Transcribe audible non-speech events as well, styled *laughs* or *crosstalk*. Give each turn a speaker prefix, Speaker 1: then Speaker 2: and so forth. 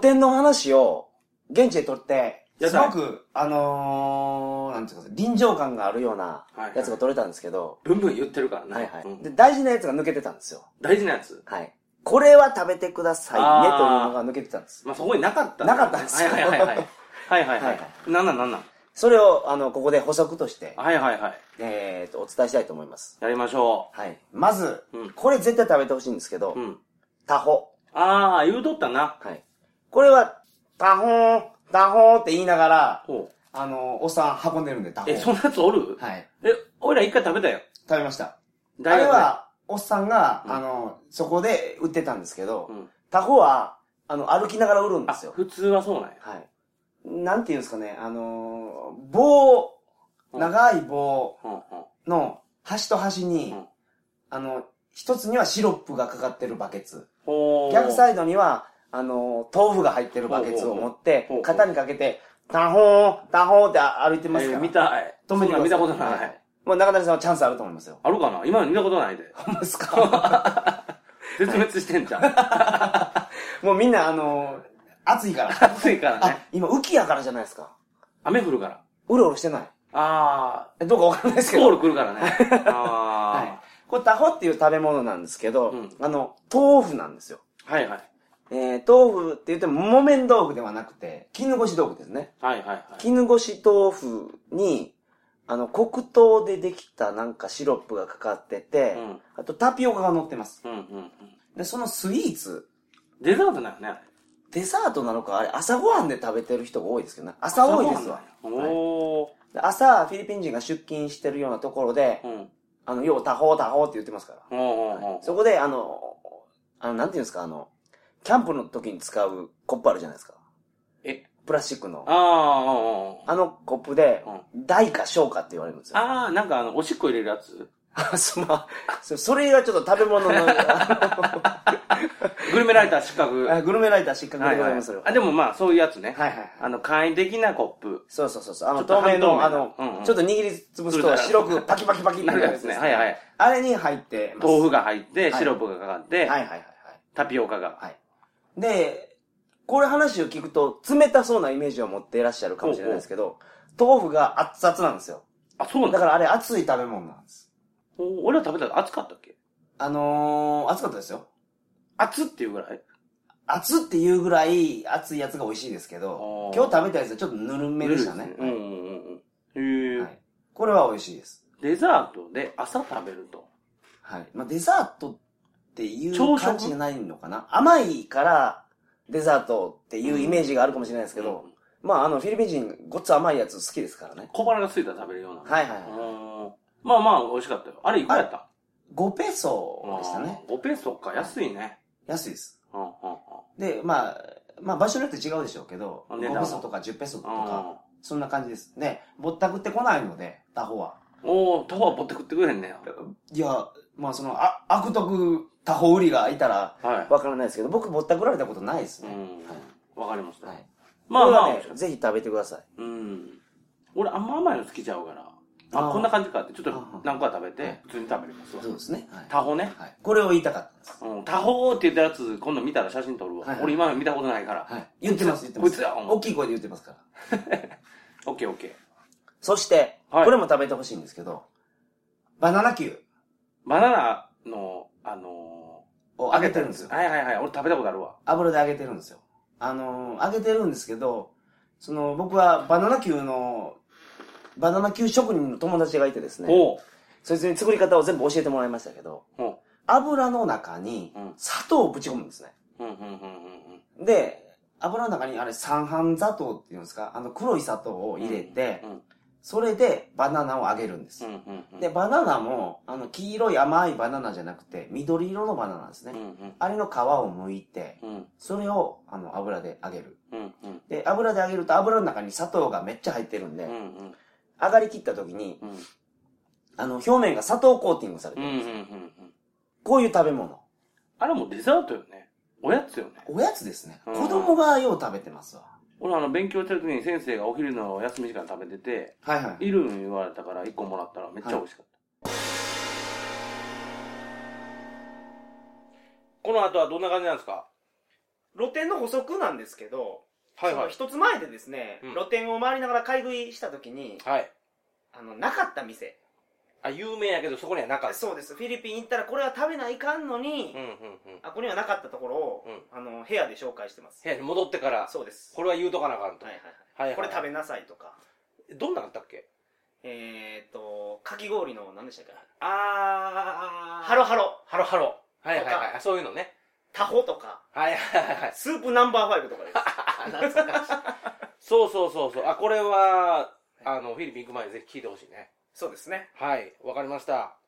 Speaker 1: 典の話を、現地で撮って、
Speaker 2: や
Speaker 1: す
Speaker 2: だ
Speaker 1: ごく、あのー、なんていうか、臨場感があるような
Speaker 2: はい
Speaker 1: やつが撮れたんですけど、
Speaker 2: ブンブン言ってるからね。
Speaker 1: はいは
Speaker 2: うん
Speaker 1: い。で、大事なやつが抜けてたんですよ。
Speaker 2: 大事なやつ。
Speaker 1: はい。これは食べてくださいね、
Speaker 2: あー
Speaker 1: というのが抜けてたんです。
Speaker 2: まあ、そこになかった。
Speaker 1: なかったんですよ
Speaker 2: はいはいはいはい。はいはい
Speaker 1: は
Speaker 2: はいい。なんなんなんなん。
Speaker 1: それを、あの、ここで補足として、
Speaker 2: はいはいはい。
Speaker 1: えーと、お伝えしたいと思います。
Speaker 2: やりましょ
Speaker 1: はい。まず、
Speaker 2: うん
Speaker 1: これ絶対食べてほしいんですけど、
Speaker 2: う。うん。
Speaker 1: タホ。
Speaker 2: ああ、言うとったな。
Speaker 1: はい。これは、タホー、タホーって言いながら、
Speaker 2: ほう。
Speaker 1: あの、おっさん運んでるんで、タホー。
Speaker 2: え、そんなやつおる
Speaker 1: はい。
Speaker 2: え、俺ら一回食べたよ。
Speaker 1: 食べました。あ
Speaker 2: 大
Speaker 1: れ
Speaker 2: 学で。
Speaker 1: は、おっさんが、
Speaker 2: うん
Speaker 1: あの、そこで売ってたんですけど、
Speaker 2: うん。
Speaker 1: タホは、あの、歩きながら売るんで
Speaker 2: あ、
Speaker 1: すよ。
Speaker 2: 普通はそうなんや。
Speaker 1: はい。なんていうんですかね、あのー棒、
Speaker 2: うん
Speaker 1: 長い棒
Speaker 2: うんうん。
Speaker 1: の端と端に、
Speaker 2: うん
Speaker 1: あの、一つにはシロップがかかってるバケツ。
Speaker 2: ほう。
Speaker 1: 逆サイドには、あのー豆腐が入ってるバケツを持って
Speaker 2: ほうほうほう、
Speaker 1: 肩にかけて、タホー、タホーって歩いてます
Speaker 2: え
Speaker 1: か
Speaker 2: ー
Speaker 1: ら。
Speaker 2: 見たい。
Speaker 1: 止めて
Speaker 2: そ
Speaker 1: ください
Speaker 2: んなん見たことない。
Speaker 1: もう中谷さんはチャンスあると思いま
Speaker 2: *laughs*
Speaker 1: すよ。
Speaker 2: あるかな今の見たことないで。
Speaker 1: ほんまですか
Speaker 2: 絶滅してんじゃん。
Speaker 1: もうみんな、あのー暑いから。
Speaker 2: 暑いから
Speaker 1: あ
Speaker 2: ね。、
Speaker 1: 今、雨季やからじゃないですか。
Speaker 2: 雨降るから。
Speaker 1: うろうろしてない。
Speaker 2: あ
Speaker 1: えどうかわからないで
Speaker 2: あ、
Speaker 1: す
Speaker 2: ス
Speaker 1: け
Speaker 2: *laughs* コー
Speaker 1: ど。
Speaker 2: ル来るからね。あ
Speaker 1: これ、タホっていう食べ物なんですけど、
Speaker 2: うん
Speaker 1: あの、豆腐なんですよ。
Speaker 2: あ。はいはい。
Speaker 1: えー、豆腐って言っても、木綿豆腐ではなくて、絹ごし豆腐ですね。
Speaker 2: はいはいはい。
Speaker 1: 絹ごし豆腐に、あの、黒糖でできたなんかシロップがかかってて、
Speaker 2: うん
Speaker 1: あとタピオカが乗ってます。
Speaker 2: うんうんうん。
Speaker 1: で、そのスイーツ、
Speaker 2: デザートなのね。
Speaker 1: デザートなのか、あれ、朝ごはんで食べてる人が多いですけどね。朝多いですわ。
Speaker 2: 朝ごはんなんやおー。
Speaker 1: で朝、フィリピン人が出勤してるようなところで、
Speaker 2: うん。
Speaker 1: あの、よう、タホータホーって言ってますから。
Speaker 2: うんうんうん。
Speaker 1: そこで、あの、あの、なんていうんですか、あの、キャンプの時に使うコップあるじゃないですか。
Speaker 2: え
Speaker 1: プラスチックの。
Speaker 2: ああ、うんうんうん。
Speaker 1: あのコップで
Speaker 2: うん、
Speaker 1: 大か小かって言われるんですよ。
Speaker 2: ああ、なんかあの、おしっこ入れるやつ
Speaker 1: あ、 *laughs* そまあ、そそれがちょっと食べ物の、
Speaker 2: *laughs*
Speaker 1: あ
Speaker 2: グルメライター失格。
Speaker 1: のグルメライター失格
Speaker 2: は
Speaker 1: で
Speaker 2: い
Speaker 1: ござ
Speaker 2: はいい
Speaker 1: ます、それは。
Speaker 2: あ、でもまあ、そういうやつね。
Speaker 1: はいはいはい。
Speaker 2: あの、簡易的なコップ。
Speaker 1: そうそうそうそう。あ
Speaker 2: ちょ
Speaker 1: の、
Speaker 2: っと
Speaker 1: 透明の、あ
Speaker 2: 半透明
Speaker 1: の
Speaker 2: な、うんうん
Speaker 1: ちょっと握りつぶすと白くパキパキパキって
Speaker 2: なるやつね。はいはい。
Speaker 1: あれに入ってます。
Speaker 2: 豆腐
Speaker 1: が。
Speaker 2: が入って、
Speaker 1: はい
Speaker 2: シロップがかかっ
Speaker 1: は
Speaker 2: て
Speaker 1: い、はいはいはい。
Speaker 2: タピオカが。
Speaker 1: で、これ話を聞くと、冷たそうなイメージを持っていらっしゃるかもしれないですけど、豆腐が熱々なんですよ。
Speaker 2: あ、そうなん
Speaker 1: だ
Speaker 2: だ。
Speaker 1: からあれ熱い食べ物なんです。
Speaker 2: お俺ら食べたら熱かったっけ
Speaker 1: あのー、熱かったですよ。
Speaker 2: 熱っていうぐらい
Speaker 1: 熱っていうぐらい熱いやつが美味しいですけど
Speaker 2: お、ー
Speaker 1: 今日食べたやつはちょっとぬるめでしたね。
Speaker 2: うんうんうんうん。へえ、
Speaker 1: はいこれは美味しいです。
Speaker 2: デザートで朝食べると。
Speaker 1: はい。まあ、デザートっていう
Speaker 2: 朝食
Speaker 1: 感じじゃないのかな。甘いからデザートっていうイメージがあるかもしれないですけど、
Speaker 2: うん
Speaker 1: まあ、あの、フィリピン人ごっつ甘いやつ好きですからね。
Speaker 2: 小腹が空いたら食べるような。。
Speaker 1: はいはいはいう
Speaker 2: ーんまあまあ、美味しかったよ。あれ、いくらやった
Speaker 1: 5ペソでしたね。
Speaker 2: あー。5ペーソか、安いね。
Speaker 1: 安いです。
Speaker 2: うんうんうん
Speaker 1: で、まあ、まあ場所によって違うでしょうけど、
Speaker 2: 値段
Speaker 1: 5
Speaker 2: は
Speaker 1: ペソとか10ペソとか、
Speaker 2: あ
Speaker 1: そんな感じです。ね、ぼったくってこないので、他方は。
Speaker 2: ー。おー、タワー持って食ってくれへんねや。
Speaker 1: いや、まあその、あ悪徳他方売りがいたら、
Speaker 2: はい。
Speaker 1: わからないですけど、僕ぼったくられたことないです
Speaker 2: う
Speaker 1: ね。
Speaker 2: ん。わかりました。
Speaker 1: はい。
Speaker 2: まあまあ、
Speaker 1: これはね、ぜひ食べてください。
Speaker 2: うん。俺、あんま甘いの好きちゃうから。あ
Speaker 1: あー
Speaker 2: こんな感じかって、ちょっと
Speaker 1: あー
Speaker 2: 何個か食べ
Speaker 1: は
Speaker 2: て
Speaker 1: い、
Speaker 2: 普通に食べれますわ
Speaker 1: そう。ですね。はい。
Speaker 2: タホね。
Speaker 1: はいこれを言いたかったんです。
Speaker 2: うん、タホーって言ったやつ、今度見たら写真撮るわ。
Speaker 1: はいはい
Speaker 2: 俺今まで見たことないから。
Speaker 1: はい。言ってます、言ってま
Speaker 2: こい
Speaker 1: す
Speaker 2: つ。や、ほんま
Speaker 1: 大きい声で言ってますから。
Speaker 2: オッケーオッケー。
Speaker 1: そして、
Speaker 2: はい
Speaker 1: これも食べてほしいんですけど、バナナ球
Speaker 2: バナナの、あの
Speaker 1: を
Speaker 2: ー、
Speaker 1: 揚げてるんですよ。
Speaker 2: はいはいはい。俺食べたことあるわ。
Speaker 1: 油で揚げてるんですよ。あのー揚げてるんですけど、その、僕はバナナ球の、バナナ球職人の友達がいてですね、
Speaker 2: おう。
Speaker 1: そいつに作り方を全部教えてもらいましたけど、
Speaker 2: うん。
Speaker 1: 油の中に
Speaker 2: うん
Speaker 1: 砂糖をぶち込むんですね。
Speaker 2: うんうんうんうん
Speaker 1: で、油の中にあれ三半砂糖っていうんですか、あの黒い砂糖を
Speaker 2: うん。
Speaker 1: 入れて
Speaker 2: う、ん
Speaker 1: それでバナナを揚げるんです
Speaker 2: う。んうんうん。
Speaker 1: で、バナナも、あの、黄色い甘いバナナじゃなくて、緑色のバナナですね
Speaker 2: うん。うん
Speaker 1: あれの皮を剥いて、
Speaker 2: うん
Speaker 1: それを、あの、油で揚げる。
Speaker 2: うんうん
Speaker 1: で、油で揚げると油の中に砂糖がめっちゃ入ってるんで、
Speaker 2: うんうん
Speaker 1: 上がりきった時に、
Speaker 2: うん
Speaker 1: あの、表面が砂糖コーティングされて
Speaker 2: うんう
Speaker 1: る。
Speaker 2: んうんうん
Speaker 1: こういう食べ物。
Speaker 2: あれもうデザートよね。おやつよね。
Speaker 1: おやつですね。
Speaker 2: うん
Speaker 1: 子供がよう食べてますわ。
Speaker 2: 俺あの、勉強してる時に先生がお昼のお休み時間食べてて、
Speaker 1: はいはい。
Speaker 2: いるん言われたから1個もらったらめっちゃ美味しかった。この後はどんな感じなんですか
Speaker 1: 露店の補足なんですけど、
Speaker 2: はいはい。
Speaker 1: その一つ前でですね、
Speaker 2: うん
Speaker 1: 露店を回りながら買い食いした時に、
Speaker 2: はい。
Speaker 1: あの、なかった店。
Speaker 2: あ、有名やけどそこにはなかった。
Speaker 1: そうです。フィリピン行ったらこれは食べないかんのに、
Speaker 2: うんうんうん。
Speaker 1: あ、ここにはなかったところを、
Speaker 2: う
Speaker 1: あの、部屋で紹介してます。
Speaker 2: 部屋に戻ってから、
Speaker 1: そうです。
Speaker 2: これは言うとかなあかんと。
Speaker 1: はいはい
Speaker 2: はいはい
Speaker 1: これ食べなさいとか。
Speaker 2: どんなんあったっけ
Speaker 1: えーっと、かき氷の何でしたっけ
Speaker 2: あー。
Speaker 1: ハロハロ、
Speaker 2: ハロハロ。はいはい
Speaker 1: と
Speaker 2: はい。あそういうのね。
Speaker 1: タホとか、
Speaker 2: はいはいはいはい。
Speaker 1: スープナンバーファイブとかです。
Speaker 2: *laughs* 懐かしい。そうそうそうそう。あ、これは、あの、フィリピン行く前にぜひ聞いてほしいね。
Speaker 1: そうですね。
Speaker 2: はい。わかりました。